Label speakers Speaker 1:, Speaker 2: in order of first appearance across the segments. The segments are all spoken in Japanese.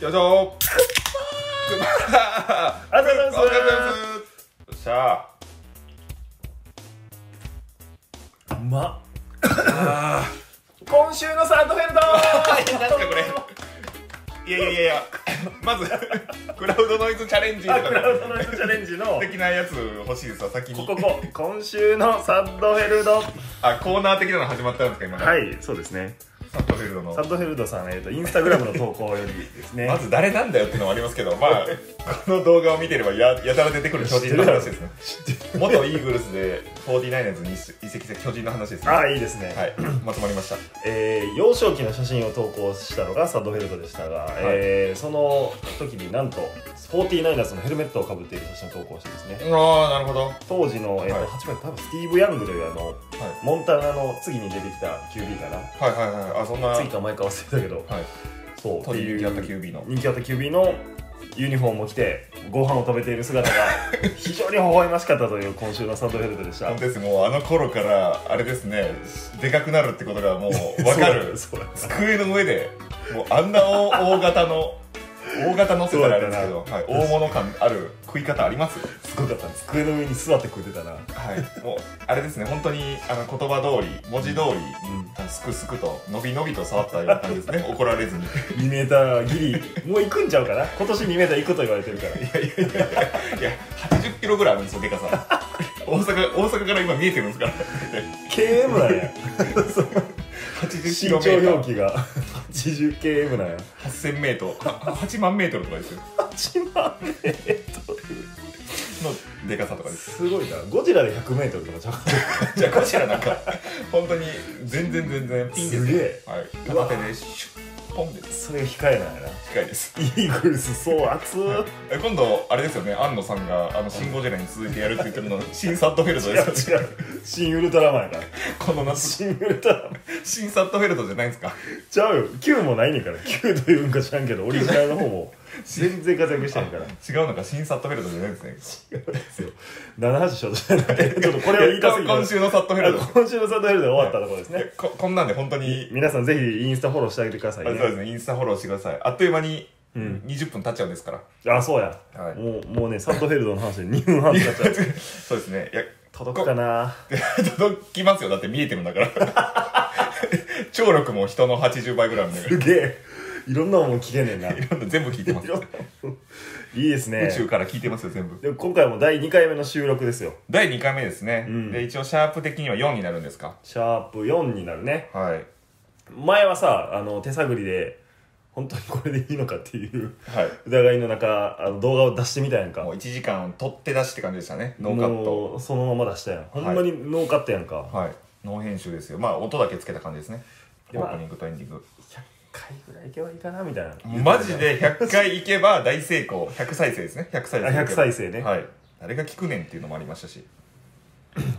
Speaker 1: よいしょくま
Speaker 2: ありがとうございます
Speaker 1: よっしゃ
Speaker 2: うまっ
Speaker 1: 今週のサンドフェルト
Speaker 2: なん
Speaker 1: かこいやいやいやいやまずクラウドノイズチャレンジと
Speaker 2: あクラ
Speaker 1: か
Speaker 2: ウドノイズチャレンジの
Speaker 1: 的なやつ欲しいですわ先に
Speaker 2: こここ今週のサッドフェルド
Speaker 1: あコーナー的なの始まったんですか今ね
Speaker 2: はいそうですね
Speaker 1: サンドフェルトの
Speaker 2: サッドフェルドさん、えー、とインスタグラムの投稿よりですね
Speaker 1: まず誰なんだよっていうのもありますけど、まあ、この動画を見てればややたら出てくる巨人の話ですね。元イーグルスで49ズに移籍した巨人の話ですね。
Speaker 2: あ
Speaker 1: は
Speaker 2: あ
Speaker 1: い、
Speaker 2: いいですね、
Speaker 1: まとまりました。
Speaker 2: えー幼少期の写真を投稿したのがサッドフェルドでしたが、えーその時になんとスポーティーナイナーズのヘルメットをかぶっている写真を投稿してですね
Speaker 1: ああ、なるほど。はい。
Speaker 2: 当時の、えーと
Speaker 1: はい
Speaker 2: 8番多分スティーブ・ヤングというあのモンタナの次に出てきた QB かな
Speaker 1: はいはいはい。あ、そんな、は
Speaker 2: 次
Speaker 1: い。
Speaker 2: か前か忘れたけどそう
Speaker 1: 取り入れた QB の。
Speaker 2: 人気あった QB のユニフォームを着てご飯を食べている 姿が非常に微笑ましかったという今週のサンドフェルトでした
Speaker 1: 本当ですもうあの頃からあれですねでかくなるってことがもう分かる
Speaker 2: そうそう
Speaker 1: 机の上でもうあんな大大型の大型乗せたらあれですけど、はい、大物感ある食い方あります
Speaker 2: すごかった机の上に座って食ってたな
Speaker 1: はい、もうあれですね、本当にあの言葉通り、文字通り、すくすくと、のびのびと触ったような感じです ね、怒られずに。い
Speaker 2: 2メーターギリもう行くんちゃうかな今年2メーター行くと言われてるから
Speaker 1: や、80キロぐらいあるんですよ、でかさ。大阪大阪から今見えてるんですから、
Speaker 2: KM なんや
Speaker 1: 80キ
Speaker 2: 身
Speaker 1: ロメ
Speaker 2: 長
Speaker 1: ート
Speaker 2: 表
Speaker 1: ル、
Speaker 2: 記が 80KM なんや
Speaker 1: 8000メートル、 は8万メートルとかですよ、
Speaker 2: 8万
Speaker 1: のでかさとかです。
Speaker 2: すごいなゴジラで 100m とかちゃう
Speaker 1: じゃあ、こちらなんか、 本当に全然全然ピンですす。
Speaker 2: げえ
Speaker 1: はい、片手でシュッ、ポンです。
Speaker 2: それが控えなんやな
Speaker 1: 近いです。
Speaker 2: イーグルスそう熱っ
Speaker 1: え今度、あれですよね、安野さんが、あの、シン・ゴジラに続いてやるって言ってるの、 新サッドフェルト
Speaker 2: 違う
Speaker 1: ですよね。
Speaker 2: 違う新ウルトラマンやから
Speaker 1: この夏
Speaker 2: 新ウルトラマン
Speaker 1: 新サットフェルトじゃないですか
Speaker 2: ちゃうよ9もないねんから9というんか知らんけどオリジナルの方も全然活躍してんから
Speaker 1: 違うのか新サットフェルトじゃないですね
Speaker 2: 78ショートじゃなくてちょっとこれを言いたすぎて
Speaker 1: 今週のサットフェルト
Speaker 2: あ今週のサンドヘルで終わったところです
Speaker 1: いや
Speaker 2: ね
Speaker 1: ここんなんで本当に
Speaker 2: 皆さんぜひインスタフォローしてあげてくださ
Speaker 1: あそ
Speaker 2: い
Speaker 1: う
Speaker 2: ね
Speaker 1: ですねインスタフォローしてくださいあっという間に
Speaker 2: うん
Speaker 1: 20分経っちゃうんですから、
Speaker 2: あそうや、
Speaker 1: はい
Speaker 2: もうもうねサンドヘルドの話で2分半経っ ちゃう
Speaker 1: そうですねいや
Speaker 2: 届くかな
Speaker 1: 届きますよだって見えてるんだから 聴力も人の80倍ぐらいあるんだか
Speaker 2: すげえいろんなもん聞けねえな
Speaker 1: らいろんな全部聞いてます
Speaker 2: いろんなもんいいですね
Speaker 1: 宇宙から聞いてますよ全部
Speaker 2: でも今回も第2回目の収録ですよ
Speaker 1: 第2回目ですね、
Speaker 2: うん
Speaker 1: で一応シャープ的には4になるんですか
Speaker 2: シャープ4になるね
Speaker 1: はい
Speaker 2: 前はさあの手探りで本当にこれでいいのかっていう
Speaker 1: はい
Speaker 2: 疑いの中あの動画を出してみたやんか
Speaker 1: もう1時間取って出しって感じでしたねノーカット
Speaker 2: もうそのまま出したやんほんまにノーカットやんか、
Speaker 1: はい、ノー編集ですよ。まあ、音だけつけた感じですね。オ
Speaker 2: でまあ
Speaker 1: ープニングとエンディング。
Speaker 2: 回ぐらいいけばいいかなみたいな
Speaker 1: マジで100回いけば大成功。100再生ですね。100再生。
Speaker 2: あ100再生ね
Speaker 1: はい。誰が聞くねんっていうのもありましたし。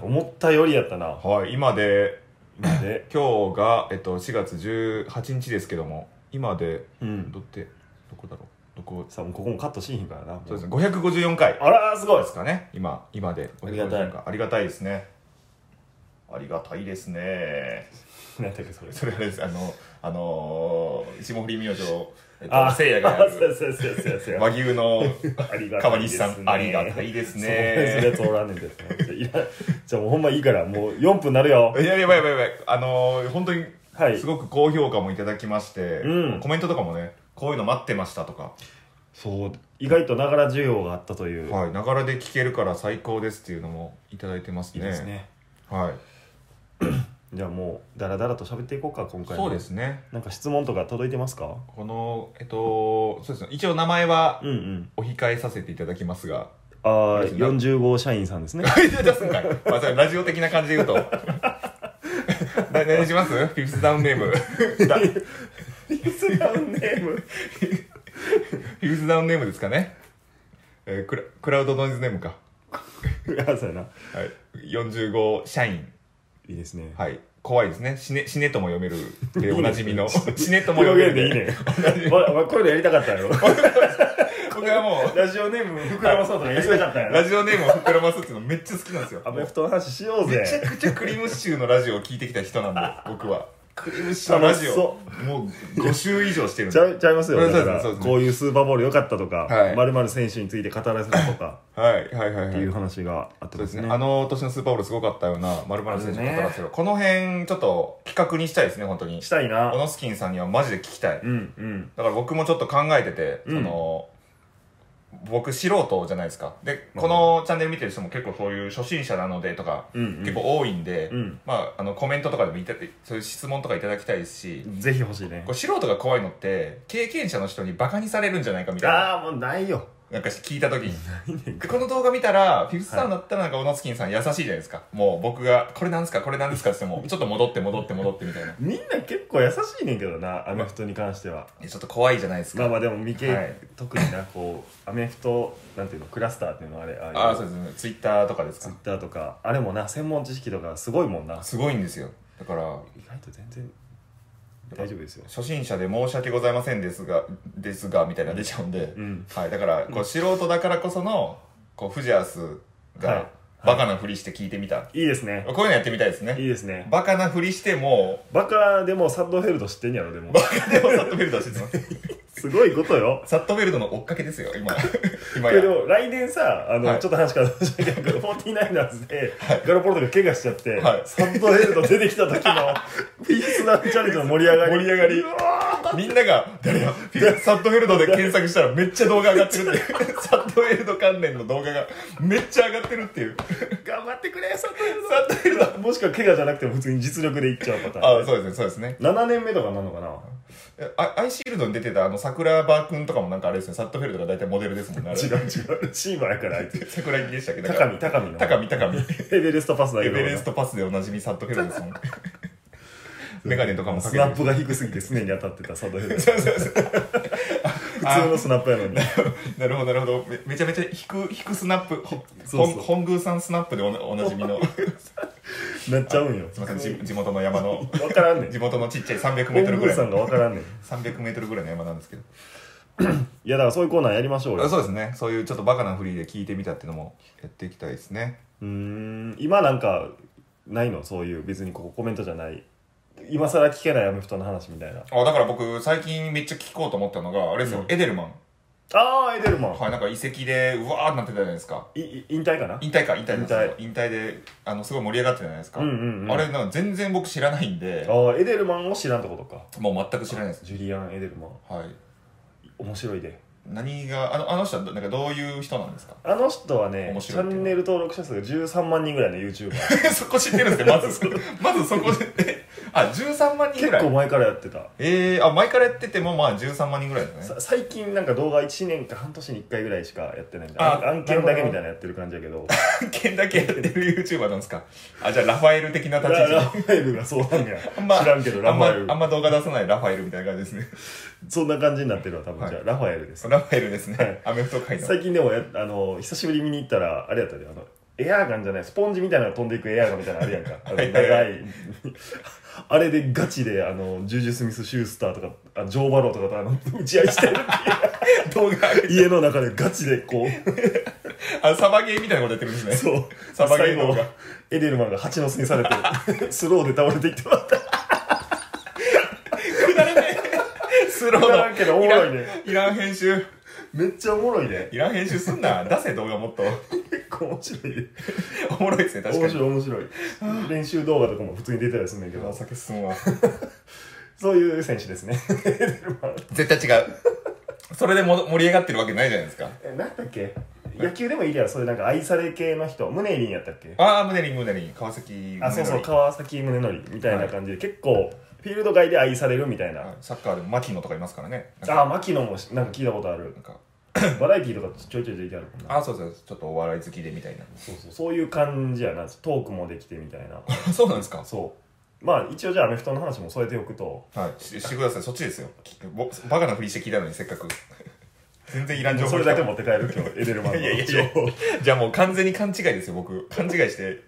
Speaker 2: 思ったよりやったな
Speaker 1: はい、今で、
Speaker 2: 今 で
Speaker 1: 今日が、えっと、4月18日ですけども、今で、
Speaker 2: うん
Speaker 1: どって、どこだろう。どこ、
Speaker 2: さあもうここもカットしひんからな
Speaker 1: そうですね、554回で
Speaker 2: あらーすごい
Speaker 1: すかね。今、今で。
Speaker 2: ありがたい
Speaker 1: 554回ありがたいですね。ありがたいですね。
Speaker 2: 何だっけそれ
Speaker 1: それあれです、あの、あのー、霜降り明星、えっと、
Speaker 2: あ
Speaker 1: せいやがや
Speaker 2: あそう
Speaker 1: る
Speaker 2: やそうやそうやそうや
Speaker 1: 和牛の
Speaker 2: ありがた
Speaker 1: 川
Speaker 2: いです
Speaker 1: 西
Speaker 2: ね
Speaker 1: さん、ありがたいです
Speaker 2: そういう
Speaker 1: ね。
Speaker 2: やつおらんねんですねいやじゃあもうほんまいいからもう4分なるよ
Speaker 1: いややばいやばいやばい、あのー、本当に、
Speaker 2: はい
Speaker 1: すごく高評価もいただきまして、
Speaker 2: うん
Speaker 1: コメントとかもね、こういうの待ってましたとか、
Speaker 2: そう意外とながら需要があったという、
Speaker 1: はい、ながらで聞けるから最高ですっていうのもいただいてます
Speaker 2: い
Speaker 1: ね。
Speaker 2: いですね
Speaker 1: はい。
Speaker 2: じゃあもうダラダラと喋っていこうか今回も
Speaker 1: そうですね。
Speaker 2: なんか質問とか届いてますか
Speaker 1: この、えっと、そうですね、一応名前は
Speaker 2: うんうん
Speaker 1: お控えさせていただきます が、
Speaker 2: ああ
Speaker 1: いいですね
Speaker 2: 40号社員さんです ね
Speaker 1: 出すんかい。まあ、それラジオ的な感じで言うと。 な何にしますフィフスダウンネーム。だフ
Speaker 2: スランネーム
Speaker 1: ィフスダウンネームですかね。えークラクラウドノイズネームか。
Speaker 2: あそうやな
Speaker 1: はい。45社員。
Speaker 2: いいですね、
Speaker 1: はい。怖いですね。死ね、死ねとも読める。で、おなじみの。死ねとも
Speaker 2: 表
Speaker 1: 読める。
Speaker 2: 現でいい ねんわわこういうのやりたかったんやろ
Speaker 1: 僕はもう、
Speaker 2: ラジオネーム膨らまそうとかやりたかったんやろ
Speaker 1: ラジオネームを膨らますっていうのめっちゃ好きなんですよ。
Speaker 2: アメフトの話しよう
Speaker 1: めちゃ
Speaker 2: ぜ
Speaker 1: くちゃクリームシチューのラジオを聞いてきた人なんで、僕は。クリームシチューのラジ
Speaker 2: 楽しそ
Speaker 1: オもう5週以上してるん
Speaker 2: ち
Speaker 1: で
Speaker 2: ゃうちゃいますよ
Speaker 1: う
Speaker 2: ね
Speaker 1: ん
Speaker 2: だか
Speaker 1: そう
Speaker 2: ら
Speaker 1: ですねそうですね
Speaker 2: こういうスーパーボール良かったとか
Speaker 1: はい
Speaker 2: まるまる選手について語らせたとか
Speaker 1: はいはいはい
Speaker 2: っ
Speaker 1: は
Speaker 2: て
Speaker 1: い
Speaker 2: いう話があって
Speaker 1: そう
Speaker 2: で
Speaker 1: です
Speaker 2: す
Speaker 1: ね
Speaker 2: ね
Speaker 1: あの年のスーパーボールすごかったような丸々選手の方ですけど、この辺ちょっと企画にしたいですね本当に
Speaker 2: したい
Speaker 1: オ
Speaker 2: な
Speaker 1: ノスキンさんにはマジで聞きたい、
Speaker 2: うんうん
Speaker 1: だから僕もちょっと考えてて、
Speaker 2: うん
Speaker 1: その僕素人じゃないですかでこのチャンネル見てる人も結構そういう初心者なのでとか、
Speaker 2: うんうん
Speaker 1: 結構多いんで、
Speaker 2: うん
Speaker 1: まあ、あのコメントとかでもいたそういう質問とかいただきたいですし、
Speaker 2: ぜひ欲しいね
Speaker 1: こう素人が怖いのって経験者の人にバカにされるんじゃないかみたいな
Speaker 2: ああもうないよ
Speaker 1: なんか聞いた時に
Speaker 2: ないねん
Speaker 1: でこの動画見たらフィフスターになったらなんかオノツキンさん優しいじゃないですかもう僕が「これなんですかこれなんですか?」って言ってもちょっと戻って戻って戻ってみたい ない
Speaker 2: みんな結構優しいねんけどなアメフトに関しては
Speaker 1: やちょっと怖いじゃないですか、
Speaker 2: まあまあでも未経、
Speaker 1: はい
Speaker 2: 特になこうアメフトなんていうのクラスターっていうのあれあ
Speaker 1: ああ
Speaker 2: い
Speaker 1: そうですねツイッターとかです
Speaker 2: ツイッ
Speaker 1: か
Speaker 2: ターとかあれもな専門知識とかすごいもんな
Speaker 1: すごいんですよだから
Speaker 2: 意外と全然大丈夫ですよ
Speaker 1: 初心者で申し訳ございませんですがですがみたいなの出ちゃうんで、
Speaker 2: うん
Speaker 1: はい、だからこう素人だからこそのこうフジアス
Speaker 2: はいは
Speaker 1: がバカなふりして聞いてみた、
Speaker 2: いいですね
Speaker 1: こういうのやってみたいですね
Speaker 2: いいですね
Speaker 1: バカなふりしても
Speaker 2: バカでもサッドフェルト知ってんやろでも
Speaker 1: バカでもサットベルトしてます
Speaker 2: すごいことよ
Speaker 1: サットベルトの追っかけですよ 今今
Speaker 2: け
Speaker 1: や
Speaker 2: ど来年さあの、
Speaker 1: はい
Speaker 2: ちょっと話から 申し訳ないけど49ナーズでガラポルトが怪我しちゃって、
Speaker 1: はい
Speaker 2: サッドヘルド出てきた 時のピースダウンチャレンジの盛り上がり
Speaker 1: 盛り上がり
Speaker 2: うわ
Speaker 1: みんなが、誰や、フィサットフェルドで検索したらめっちゃ動画上がってるっていう。サットフェルド関連の動画がめっちゃ上がってるっていう。
Speaker 2: ー頑張ってくれサッド
Speaker 1: サットフェルド。
Speaker 2: ヘルドもしくは怪我じゃなくても普通に実力でいっちゃうパターン
Speaker 1: あ、そうですね、そうですね。
Speaker 2: 7年目とかなのかな
Speaker 1: えアアイシールドに出てたあの桜庭くんとかもなんかあれですね、サットフェルドが大体モデルですもんね。あれ
Speaker 2: 違う違うチーマーやからあいつ
Speaker 1: 桜木でしたっけど。
Speaker 2: 高見高見の
Speaker 1: 高見高見。
Speaker 2: エベレストパスだけ
Speaker 1: エ
Speaker 2: ど
Speaker 1: ベレストパスでおなじみサットフェルドです もん。メガネとかもかけ
Speaker 2: ス
Speaker 1: て
Speaker 2: ナ
Speaker 1: る
Speaker 2: ッ。プが低すぎて常に当たってたサッドヘルド普
Speaker 1: そうそうそう
Speaker 2: 通のスナップやのに
Speaker 1: なるほどなるほどめめちゃめちゃ低低スナップほ
Speaker 2: そうそう
Speaker 1: ほん本宮さんスナップでおなおなじみ の
Speaker 2: なっちゃうんよ
Speaker 1: すいません地地元の山 の
Speaker 2: 分からんねん
Speaker 1: 地元のちっちゃい
Speaker 2: ホ
Speaker 1: 300m
Speaker 2: ン
Speaker 1: ぐらい
Speaker 2: さんが分からんねん
Speaker 1: 300メートルぐらいの山なんですけど
Speaker 2: いやだからそういうコーナーやりましょうよ
Speaker 1: そうですねそういうちょっとバカなフリーで聞いてみたっていうのもやっていきたいですね
Speaker 2: うーん今なんかないのそういう別にここコメントじゃない今更聞けないアメフトの話みたいな
Speaker 1: あだから僕最近めっちゃ聞こうと思ったのがあれですよ、
Speaker 2: うん
Speaker 1: エデルマン
Speaker 2: ああエデルマン、
Speaker 1: はいなんか移籍でうわーってなってたじゃないですか
Speaker 2: い、い引退かな
Speaker 1: 引退か引退です
Speaker 2: 引
Speaker 1: 引退引退であのすごい盛り上がってたじゃないですか、
Speaker 2: うんうんうん
Speaker 1: あれなんか全然僕知らないんで
Speaker 2: ああエデルマンを知らんってことか
Speaker 1: もう全く知らないです
Speaker 2: ジュリアン・エデルマン
Speaker 1: はい
Speaker 2: 面白いで
Speaker 1: 何があのあの人はどなんかどういう人なん ですか
Speaker 2: あの人はね
Speaker 1: 面
Speaker 2: チ
Speaker 1: 白
Speaker 2: ャ
Speaker 1: いっていう
Speaker 2: ンネル登録者数が13万人ぐらいの YouTuber
Speaker 1: そこ知ってるんですね まずまずそこで あ13万人
Speaker 2: 結
Speaker 1: ぐらい
Speaker 2: 構前からやってた
Speaker 1: えー、あ前からやっててもまあ13万人ぐらいですね
Speaker 2: さ最近なんか動画1年か半年に1回ぐらいしかやってないんで
Speaker 1: あ
Speaker 2: 案案件だけみたいなのやってる感じやけど
Speaker 1: 案件だけやってる YouTuber なんですかあじゃあラファエル的な
Speaker 2: ラ
Speaker 1: 立ち位
Speaker 2: ラ
Speaker 1: 置
Speaker 2: ファエルがそうなんや
Speaker 1: あんま
Speaker 2: 知らんけどラファエ
Speaker 1: あん
Speaker 2: ル
Speaker 1: まあんま動画出さないラファエルみたいな感じですね
Speaker 2: そんな感じになってるわ多分、
Speaker 1: はい
Speaker 2: じゃあラファエルです
Speaker 1: ラファエルです
Speaker 2: は
Speaker 1: ね
Speaker 2: い
Speaker 1: アメフト界の
Speaker 2: 最近でもやあの久しぶりに見に行ったらあれやったであのエアーガンじゃないスポンジみたいなのが飛んでいくエアーガンみたいなのあるやんかあの
Speaker 1: はい
Speaker 2: 長い あれでガチであのジュージュ・スミス・シュースターとかあジョー・バローとかとあの打ち合いし てる
Speaker 1: 動画
Speaker 2: 家の中でガチでこう
Speaker 1: あサバゲーみたいなことやってるんですね
Speaker 2: そう
Speaker 1: サバゲー
Speaker 2: 最
Speaker 1: 動
Speaker 2: 後
Speaker 1: 画
Speaker 2: エデルマンが蜂の巣にされ てスローで倒れていってもらった
Speaker 1: スロー
Speaker 2: くだら
Speaker 1: の
Speaker 2: んけどおもろいね
Speaker 1: いらん編集
Speaker 2: めっちゃおもろいね
Speaker 1: いらん編集すん な出せ動画もっと
Speaker 2: 結構面白いね
Speaker 1: おもろいですね確か
Speaker 2: 面
Speaker 1: に
Speaker 2: 白い面白い練習動画とかも普通に出てたりするんだけ
Speaker 1: お
Speaker 2: ど
Speaker 1: 酒進むわ
Speaker 2: そういう選手ですねエデルマン
Speaker 1: 絶対違うそれでも盛り上がってるわけないじゃないですか
Speaker 2: えなんだっけ野球でもいいやそういうなんか愛され系の人ムネリンやったっけ
Speaker 1: ああムネリンムネリン川崎宗則
Speaker 2: あそうそう川崎宗則みたいな感じで、結構フィールド外で愛されるみたいな、
Speaker 1: はいサッカーでも牧野とかいますからねなんか
Speaker 2: あ牧野もしなんか聞いたことある
Speaker 1: なんか
Speaker 2: バラエティーとかちょいちょい出てあるもんな
Speaker 1: あそうそうちょっとお笑い好きでみたいな
Speaker 2: そうそうそういう感じやなトークもできてみたいな
Speaker 1: そうなんですか
Speaker 2: そうまあ一応じゃあアメフトの話も添えておくと
Speaker 1: はいししてくださいそっちですよきぼバカなふりして聞いたのにせっかく全然いらん情報
Speaker 2: それだけ持って帰る今日エデルマンの
Speaker 1: いやいやいや
Speaker 2: 情報
Speaker 1: じゃあもう完全に勘違いですよ僕勘違いして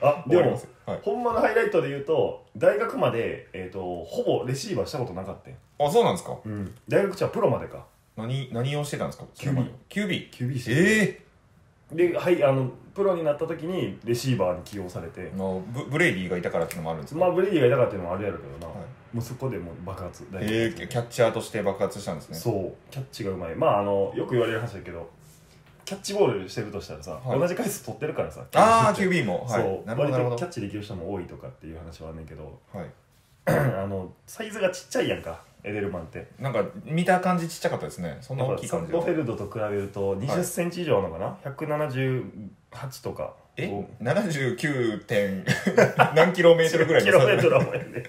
Speaker 2: あ
Speaker 1: 終
Speaker 2: で
Speaker 1: わりま
Speaker 2: も
Speaker 1: すはい
Speaker 2: ほんまのハイライトで言うと大学まで、えー、とほぼレシーバーしたことなかったよ、
Speaker 1: あそうなんですか
Speaker 2: うん、大学じゃプロまでか
Speaker 1: 何何をしてたんですか
Speaker 2: キュービー
Speaker 1: キュービー
Speaker 2: QB して
Speaker 1: え
Speaker 2: で、はい、あのプロになった時にレシーバーに起用されて、
Speaker 1: もうブブレイディがいたからっていうのもあるんですか、
Speaker 2: まあ、ブレイディがいたからっていうのもあるやろうけどな、
Speaker 1: はい
Speaker 2: もうそこでもう爆発大
Speaker 1: えー、キャッチャーとして爆発したんですね
Speaker 2: そうキャッチがうまいまああのよく言われる話だけどキャッチボールしてるとしたらさ、
Speaker 1: はい
Speaker 2: 同じ回数取ってるからさ
Speaker 1: ああ
Speaker 2: キャッチ
Speaker 1: QB もは
Speaker 2: そ
Speaker 1: いうなるほど
Speaker 2: 割
Speaker 1: なるほ
Speaker 2: とキャ
Speaker 1: ど
Speaker 2: ッチできる人も多いとかっていう話はあんねんけど
Speaker 1: はい
Speaker 2: あのサイズがちっちゃいやんかエデルマンって
Speaker 1: なんか見た感じちっちゃかったですねそんな大
Speaker 2: だから
Speaker 1: きい
Speaker 2: サ
Speaker 1: 感
Speaker 2: ン
Speaker 1: じ
Speaker 2: ドフェ
Speaker 1: で
Speaker 2: ルドと比べると2 0ンチ以上なのかな、178とか
Speaker 1: え
Speaker 2: こう
Speaker 1: 79点 何キロメートルぐらい
Speaker 2: キロメートルはもうええねん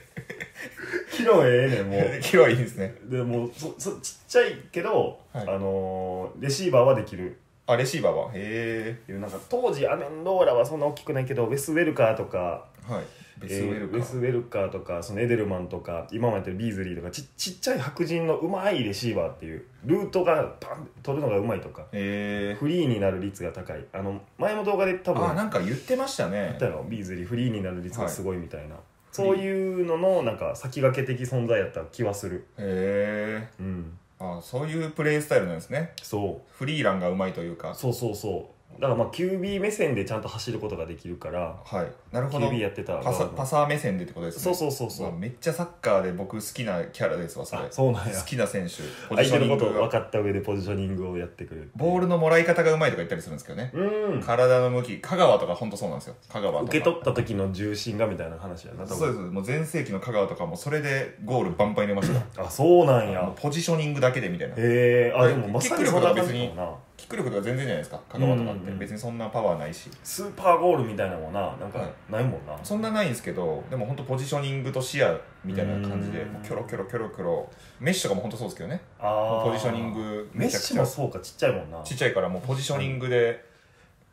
Speaker 2: キロええねんもう
Speaker 1: 広いいですね
Speaker 2: でもうそそちっちゃいけど、
Speaker 1: はい
Speaker 2: あのーレシーバーはできる
Speaker 1: あレシーバーはへ
Speaker 2: っていうなんか当時アメンローラはそんな大きくないけどウェス・ウェルカーとか
Speaker 1: えはいベスウェル
Speaker 2: えーウ
Speaker 1: カ
Speaker 2: ェスウェルカーとかそのエデルマンとか今までやってるビーズリーとかちちっちゃい白人のうまいレシーバーっていうルートがパンって取るのがうまいとか
Speaker 1: へえ
Speaker 2: フリーになる率が高いあの前も動画で多分
Speaker 1: あ
Speaker 2: 言
Speaker 1: なんか言ってましたね
Speaker 2: ったのビーズリーフリーになる率がすごいみたいな、そういうののなんか先駆け的存在やった気はする
Speaker 1: へえ
Speaker 2: うん
Speaker 1: あそういうプレイスタイルなんですね
Speaker 2: そう
Speaker 1: フリーランがうまいというか
Speaker 2: そうそうそうだからまあ QB 目線でちゃんと走ることができるから
Speaker 1: はいなるほど
Speaker 2: QB やってた
Speaker 1: パサパ
Speaker 2: ス
Speaker 1: サー目線でってことですね
Speaker 2: そうそうそうそう
Speaker 1: わめっちゃサッカーで僕好きなキャラですわそれ
Speaker 2: あそうなんや
Speaker 1: 好きな選手ポジ
Speaker 2: 相
Speaker 1: ショ
Speaker 2: 手
Speaker 1: ニ
Speaker 2: の
Speaker 1: ン
Speaker 2: こと
Speaker 1: グ
Speaker 2: を分
Speaker 1: が
Speaker 2: かった上でポジショニングをやってくる
Speaker 1: ボールのもらい方がうまいとか言ったりするんですけどね、
Speaker 2: うん
Speaker 1: 体の向き香川とか本当そうなんですよ香川とか
Speaker 2: 受け取った時の重心がみたいな話やな多
Speaker 1: そうです
Speaker 2: 分
Speaker 1: もう全盛期の香川とかもそれでゴールバンバン入れましたよ
Speaker 2: あそうなん
Speaker 1: もう
Speaker 2: や
Speaker 1: ポジショニングだけでみたいな
Speaker 2: へえあでもまさにそんな
Speaker 1: キッ
Speaker 2: 感
Speaker 1: ク
Speaker 2: じ
Speaker 1: 力と
Speaker 2: かもな
Speaker 1: キック力とか全然じゃないですか香川とかっ
Speaker 2: うんうん
Speaker 1: て
Speaker 2: うん
Speaker 1: 別にそんなパワーないし
Speaker 2: スーパーゴールみたいなのもななん
Speaker 1: は
Speaker 2: か
Speaker 1: い
Speaker 2: ないもんな、
Speaker 1: そんなないんですけどでも本当ポジショニングと視野みたいな感じで
Speaker 2: うん
Speaker 1: もうキョロキョロキョロキョロメッシとかも本当そうですけどね
Speaker 2: あー
Speaker 1: ポジショニングめ
Speaker 2: メッ
Speaker 1: ちゃく
Speaker 2: シ
Speaker 1: ちゃ
Speaker 2: もそうかちっちゃいもんな
Speaker 1: ちっちゃいからもうポジショニングで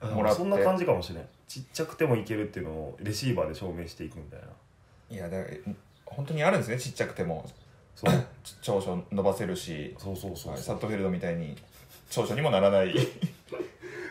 Speaker 2: あで
Speaker 1: もらって
Speaker 2: そんな感じかもしれんちっちゃくてもいけるっていうのをレシーバーで証明していくみたいない
Speaker 1: やだから本当にあるんですねちっちゃくても
Speaker 2: そう
Speaker 1: ち長所伸ばせるし
Speaker 2: そうそうそう
Speaker 1: サットフェルドみたいに長所にもならない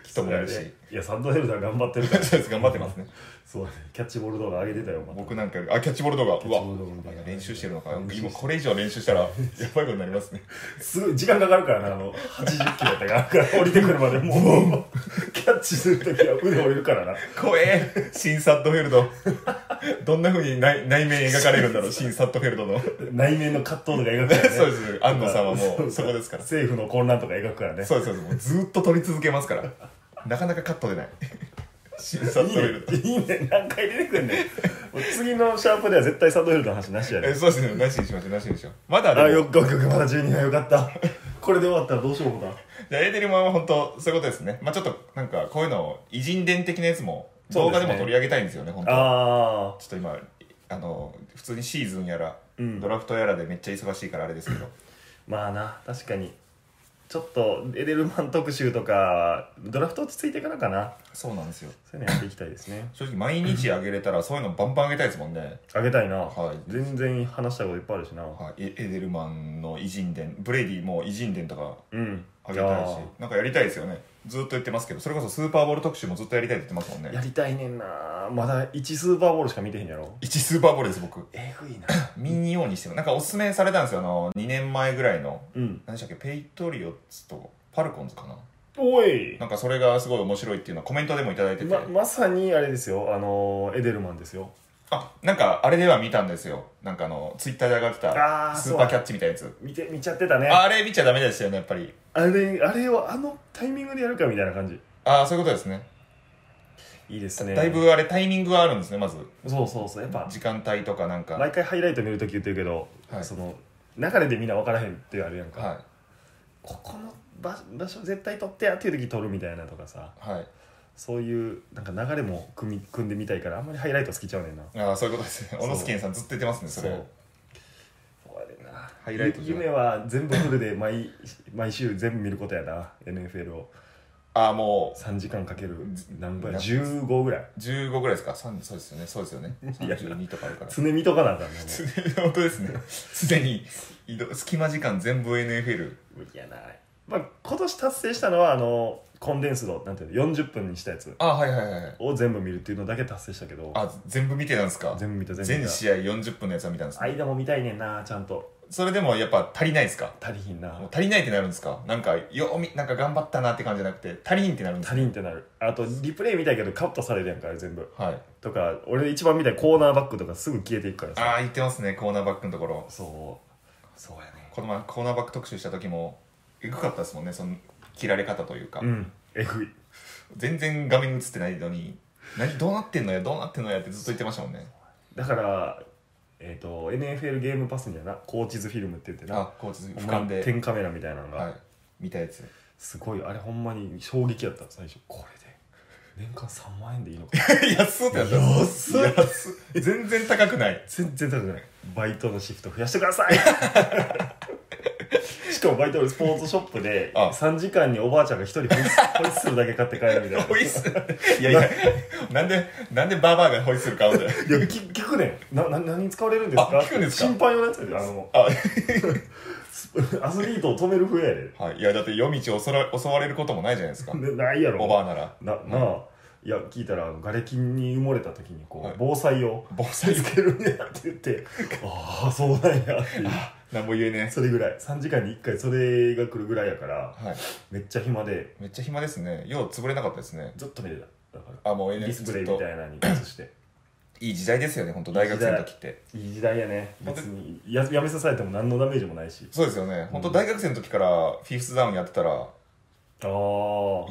Speaker 1: 人もいるし
Speaker 2: そうやねいやサンドヘルダー頑張ってるか ら
Speaker 1: そうです頑張ってますね
Speaker 2: そうだねキャッチボール動画上げてたよまた
Speaker 1: 僕なんかよりあキャッチボール動画う
Speaker 2: キャッチ
Speaker 1: わ
Speaker 2: ボール動画みたいな
Speaker 1: 練習してるのか
Speaker 2: 練習して
Speaker 1: 今これ以上練習したらやばいことになりますね
Speaker 2: すごい時間かかるからなあの80キロってかから降りてくるまでもうキャッチするときは腕折れるからな
Speaker 1: 怖え新サットフェルド どんなふうに内内面描かれるんだろう新サットフェルド の
Speaker 2: 内面の葛藤とか描くから ね
Speaker 1: そうです安野さんはもうそこですから
Speaker 2: 政府の混乱とか描くからね
Speaker 1: そうですそうですもうずっと撮り続けますからなかなかカット出 ない新サットフェルド
Speaker 2: いいねいいね何回出てくんねんもう次のシャープでは絶対サンドヘルダーの話なしや
Speaker 1: え
Speaker 2: ね
Speaker 1: そうですねなしにしましょうなしにしようまだでも
Speaker 2: あよっかよっかまだ12回よかったこれで終わったらどうしようもな
Speaker 1: じゃあエーデルマンは本当そういうことですねまあちょっとなんかこういうのを偉人伝的なやつも動画でも取り上げたいんですよね本当は
Speaker 2: あ
Speaker 1: ちょっと今あの普通にシーズンやら、
Speaker 2: うん
Speaker 1: ドラフトやらでめっちゃ忙しいからあれですけど
Speaker 2: まあな確かにちょっとエデルマン特集とかドラフト落ち着いてからかな
Speaker 1: そうなんですよ
Speaker 2: そういうのやっていきたいですね
Speaker 1: 正直毎日あげれたらそういうのバンバンあげたいですもんね、
Speaker 2: あげたいな、
Speaker 1: はい
Speaker 2: 全然話したいこといっぱいあるしな、
Speaker 1: はい、エエーデルマンの偉人伝ブレイディも偉人伝とか
Speaker 2: うん
Speaker 1: あげたいし
Speaker 2: や
Speaker 1: なんかやりたいですよねずっと言ってますけどそれこそスーパーボール特集もずっとやりたいって言ってますもん
Speaker 2: ーや
Speaker 1: ね
Speaker 2: りたいねんなまだ1スーパーボールしか見てへんやろ
Speaker 1: 1スーパーボールです僕
Speaker 2: えぐいな
Speaker 1: ミニオンにしてもなんかおすすめされたんですよあの2年前ぐらいの
Speaker 2: うん
Speaker 1: 何でしたっけペイトリオッツとパルコンズかな
Speaker 2: おい
Speaker 1: なんかそれがすごい面白いっていうのはコメントでもいただいてて、
Speaker 2: ままさにあれですよあのーエデルマンですよ
Speaker 1: あなんかあれでは見たんですよなんかあのツイッターで上がって
Speaker 2: あ
Speaker 1: た
Speaker 2: ー
Speaker 1: スーパーキャッチみたいなやつ
Speaker 2: 見て見ちゃってたねあ
Speaker 1: あれ見ちゃダメですよねやっぱり
Speaker 2: れあれをあのタイミングでやるかみたいな感じ
Speaker 1: ああそういうことですね
Speaker 2: いいですね
Speaker 1: だいぶあれタイミングがあるんですねまず
Speaker 2: そうそうそうやっぱ
Speaker 1: 時間帯とかなんかは
Speaker 2: 毎回ハイライト見るとき言ってるけど、
Speaker 1: はい
Speaker 2: その流れでみんな分からへんってあるやん
Speaker 1: い
Speaker 2: か、ここの場場所絶対取ってやっていう時取るみたいなとかさ
Speaker 1: はい
Speaker 2: そういうなんか流れも組み組んでみたいからあんまりハイライト好きちゃうねんな
Speaker 1: ああそういうことですね
Speaker 2: そ
Speaker 1: 小
Speaker 2: う
Speaker 1: 野助さんずっと言ってますねそれ
Speaker 2: そうやねんな
Speaker 1: ハイライトじゃない
Speaker 2: 夢は全部フルで毎毎週全部見ることやな NFL を
Speaker 1: ああも
Speaker 2: 3時間かける何倍
Speaker 1: な
Speaker 2: 15ぐらいう
Speaker 1: 15ぐらいですか3そうですよねそうですよね
Speaker 2: いや
Speaker 1: 32とかあるから
Speaker 2: 常見とかなあかんなも
Speaker 1: 常に 本当ですね常に移動隙間時間全部 NFL
Speaker 2: う無理やなまあ今年達成したのはあのコンデンスドなんていうの40分にしたやつ
Speaker 1: あはいはいはいはい
Speaker 2: を全部見るっていうのだけ達成したけど
Speaker 1: あ全部見てたんですか
Speaker 2: 全部見た全部
Speaker 1: 全
Speaker 2: 見た
Speaker 1: 試合40分のやつは見たんですね
Speaker 2: 間も見たいねんなちゃんと
Speaker 1: それでもやっぱ足りないですか
Speaker 2: 足りひんな
Speaker 1: もう足りないってなるんですかなんかようみなんか頑張ったなって感じじゃなくて足りんってなるんです
Speaker 2: 足りんってなるあとリプレイ見たいけどカットされるやんかあれ全部
Speaker 1: はい
Speaker 2: とか俺一番見たいコーナーバックとかすぐ消えていくから
Speaker 1: あ
Speaker 2: さ
Speaker 1: あ言ってますねコーナーバックのところ
Speaker 2: そうそうやね
Speaker 1: この前コーナーバック特集した時もエグかったですもんねその切られ方というか、
Speaker 2: うんえぐい
Speaker 1: 全然画面映ってないのに何どうなってんのやどうなってんのやってずっと言ってましたもんね
Speaker 2: だからえっ、と NFL ゲームパスみたいなコーチズフィルムって言ってな
Speaker 1: あこう俯
Speaker 2: ほんま
Speaker 1: 瞰で、
Speaker 2: 点カメラみたいなのが、
Speaker 1: はい、見たやつ
Speaker 2: すごいあれほんまに衝撃やった最初これで年間3万円で いいのか
Speaker 1: 安っってなった
Speaker 2: 安っ
Speaker 1: 安っ全然高く ない
Speaker 2: 全然高くないバイトのシフト増やしてください しかもバイトのスポーツショップで
Speaker 1: あ
Speaker 2: 3時間におばあちゃんが1人ホイッスホイッスルだけ買って帰るみたいな
Speaker 1: ホイッスルいやいやなんでなんでバーバーがホイッスル買うんだよ
Speaker 2: いや聞聞くねんなな何に使われるんですか
Speaker 1: あ聞くんですか
Speaker 2: 審判用のやつやであの
Speaker 1: あ
Speaker 2: スアスリートを止める笛やで
Speaker 1: はい、いやだって夜道を襲ら襲われることもないじゃないですか
Speaker 2: ねないやろ
Speaker 1: おばあなら
Speaker 2: ななあいや聞いたらあの瓦礫に埋もれた時にこう、
Speaker 1: はい
Speaker 2: 防災を
Speaker 1: 防災
Speaker 2: 助けるんやって言ってああそうなんやっていう
Speaker 1: 何も言えね
Speaker 2: それぐらい3時間に1回それが来るぐらいやから
Speaker 1: え、はい、
Speaker 2: めっちゃ暇で
Speaker 1: めっちゃ暇ですねよう潰れなかったですね
Speaker 2: ずっと見てただか
Speaker 1: あもう
Speaker 2: ら
Speaker 1: n
Speaker 2: ディスプレイみたいなのに移して
Speaker 1: いい時代ですよね本当大学生の時って
Speaker 2: いい時代やね別にややめさされても何のダメージもないし
Speaker 1: そうですよね本当大学生の時からフィフスダウンやってたら
Speaker 2: ああ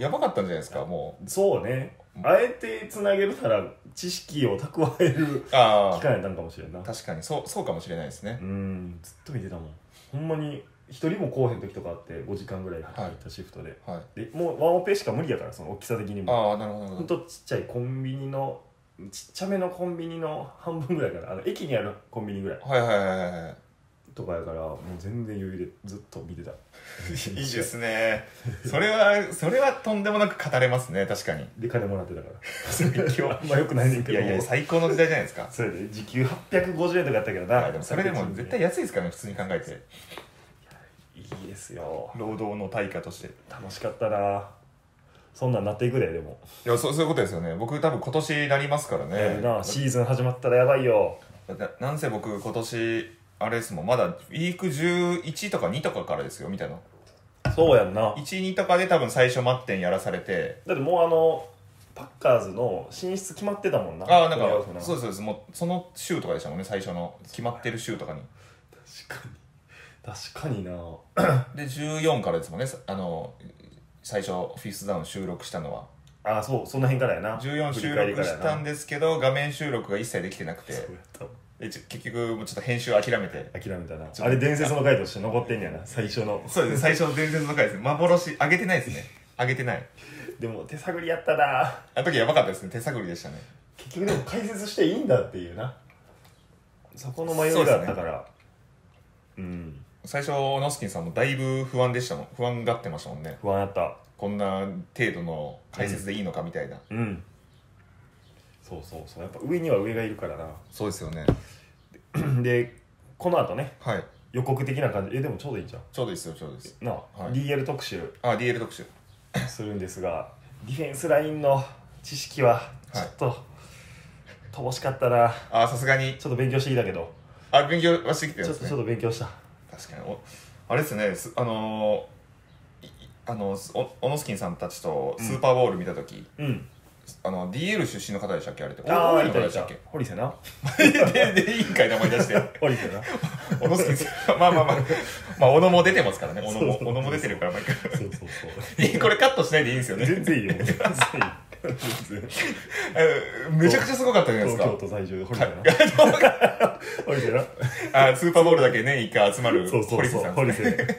Speaker 1: やばかったんじゃないですかも
Speaker 2: そうねあえてつなげるなら知識を蓄える
Speaker 1: うああ
Speaker 2: 機会やったんかもしれんな
Speaker 1: 確かにそうそうかもしれないですね
Speaker 2: うんずっと見てたもんほんまに一人もこうへん時とかあって5時間ぐらい働いたシフトで,、
Speaker 1: はい
Speaker 2: でもうワンオペしか無理やからその大きさ的にも
Speaker 1: ああなるほどなる
Speaker 2: ほ
Speaker 1: ほ
Speaker 2: ん
Speaker 1: ど
Speaker 2: とちっちゃいコンビニのちっちゃめのコンビニの半分ぐらいからあの駅にあるコンビニぐらい
Speaker 1: はいはいはいはいはい
Speaker 2: とかやからもう全然余裕でずっと見て た
Speaker 1: いいですね それはそれはとんでもなく語れますね確かに
Speaker 2: で金もらってたから
Speaker 1: 最強
Speaker 2: あんまよくないねん
Speaker 1: い
Speaker 2: けど
Speaker 1: やいや最高の時代じゃないです か
Speaker 2: それで時給850円とかやったけど
Speaker 1: い
Speaker 2: な、
Speaker 1: やでもそれでも絶対安いですからね普通に考えて
Speaker 2: いいですよ
Speaker 1: 労働の対価としてい
Speaker 2: 楽しかったなそんなんなっていくででも、
Speaker 1: やそうそういうことですよね僕多分今年になりますからね
Speaker 2: やるなシーズン始まったらやばいよ
Speaker 1: だってなんせ僕今年あれですもんまだウィーク11とか2とかからですよみたいな
Speaker 2: そうやんな
Speaker 1: 12とかで多分最初マッテンやらされて
Speaker 2: だってもうあのパッカーズの進出決まってたもんな
Speaker 1: ああな
Speaker 2: プレーオ
Speaker 1: ん
Speaker 2: フ
Speaker 1: か
Speaker 2: な
Speaker 1: そうですそうですもうその週とかでしたもんね最初の決まってる週とかに
Speaker 2: 確かに確かにな
Speaker 1: で14からですもんねさあの最初フィスダウン収録したのは
Speaker 2: ああそうその辺からやな
Speaker 1: 14
Speaker 2: 振り
Speaker 1: 収
Speaker 2: 返り
Speaker 1: 録
Speaker 2: からや
Speaker 1: し
Speaker 2: な
Speaker 1: たんですけど画面収録が一切できてなくて
Speaker 2: そうやったわ
Speaker 1: でちょ結局もうちょっと編集諦めて
Speaker 2: 諦めたな
Speaker 1: と
Speaker 2: あれ伝説の回として残ってんねやな最初の
Speaker 1: そうですね最初の伝説の回ですね幻上げてないですね上げてない
Speaker 2: でも手探りやったな
Speaker 1: あの時やばかったですね手探りでしたね
Speaker 2: 結局でも解説していいんだっていうなそこの迷い
Speaker 1: そうです
Speaker 2: があ
Speaker 1: ね
Speaker 2: ったからうん
Speaker 1: 最初ノスキンさんもだいぶ不安でしたもん不安がってましたもんね
Speaker 2: 不安やった
Speaker 1: こんな程度の解説でいいのかみたいな、
Speaker 2: うんそうそうそうやっぱ上には上がいるからな
Speaker 1: そうですよね
Speaker 2: でこの後ね
Speaker 1: はい
Speaker 2: 予告的な感じえでもちょうどいいじゃん
Speaker 1: ちょうどいいですよちょうどいいです
Speaker 2: なあ、
Speaker 1: はい
Speaker 2: DL 特集
Speaker 1: あ DL 特集
Speaker 2: するんですがディフェンスラインの知識はちょっと乏しかったな
Speaker 1: あさすがに
Speaker 2: ちょっと勉強していいだけど
Speaker 1: あ勉強はしてきて
Speaker 2: ちょ
Speaker 1: るんで
Speaker 2: っと
Speaker 1: す
Speaker 2: ちょっ
Speaker 1: ね
Speaker 2: と勉強した
Speaker 1: 確かにおあれですねすあのーいあのすおオノスキンさんたちとスーパーボール見た時、
Speaker 2: うん
Speaker 1: あの DL 出身の方でしたっけあれって
Speaker 2: ああ
Speaker 1: い
Speaker 2: い
Speaker 1: 方
Speaker 2: た
Speaker 1: で
Speaker 2: い
Speaker 1: した
Speaker 2: た
Speaker 1: っけ
Speaker 2: 堀瀬な
Speaker 1: ででいいんかい名前出して
Speaker 2: 堀瀬な
Speaker 1: 小野助さんまあまあまあまあ小野も出てますからね小野も
Speaker 2: そうそう
Speaker 1: 小野も出てるから毎回
Speaker 2: そうそうそう
Speaker 1: えこれカットしないでいいんですよね
Speaker 2: 全然いい よ全然いい
Speaker 1: えめちゃくちゃすごかったじゃないです
Speaker 2: 東京
Speaker 1: か
Speaker 2: 都在 住堀瀬な堀瀬な
Speaker 1: あスーパーボールだけ年一回集まる
Speaker 2: そうそう
Speaker 1: 堀
Speaker 2: そ
Speaker 1: 瀬
Speaker 2: う
Speaker 1: さん
Speaker 2: 堀瀬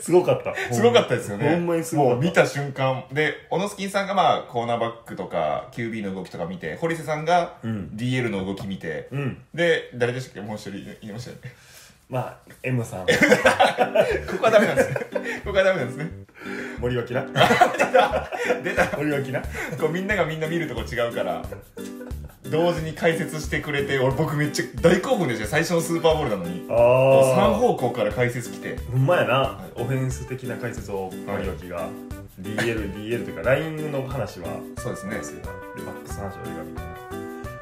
Speaker 2: すごかった
Speaker 1: すごかったですよね
Speaker 2: ほんまにすご
Speaker 1: も
Speaker 2: かっ
Speaker 1: う
Speaker 2: た
Speaker 1: 見た瞬間で小野スキンさんがまあコーナーバックとか QB の動きとか見て堀瀬さんが
Speaker 2: うん
Speaker 1: DL の動き見て
Speaker 2: うん
Speaker 1: で誰でしたっけもう一人いましたよ ね
Speaker 2: まあ M さん
Speaker 1: ここはダメなんですね ここはダメなんですね
Speaker 2: 森脇な
Speaker 1: 出た
Speaker 2: 森脇な
Speaker 1: こうみんながみんな見るとこ違うから同時に解説してくれて俺僕めっちゃ大興奮でしたよ最初のスーパーボールなのに
Speaker 2: あ
Speaker 1: 3
Speaker 2: あ
Speaker 1: 方向から解説来て
Speaker 2: ほんまやなオフェンス的な解説を森脇が DL、DL というか、ラインの話は、
Speaker 1: そうですね
Speaker 2: で、バックスの話は俺が見た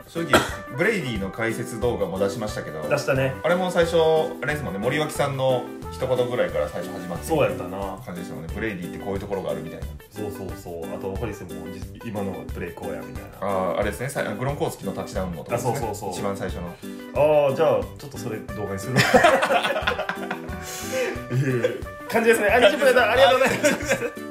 Speaker 1: 正直ブレイディの解説動画も出しましたけど
Speaker 2: 出したね。
Speaker 1: あれも最初あれですもんね森脇さんの一言ぐらいから最初始まって
Speaker 2: そうやったな。
Speaker 1: 感じでしたもんねブレイディってこういうところがあるみたいな
Speaker 2: そうそうそう。あと、ホリスも実今のプレイこうやみたいな。
Speaker 1: あああれですねさいグロンコースキのタッチダウンのとこですね
Speaker 2: あそうそうそう
Speaker 1: 一番最初の
Speaker 2: ああじゃあちょっとそれ動画にする感じですねあ20分だありがとうございます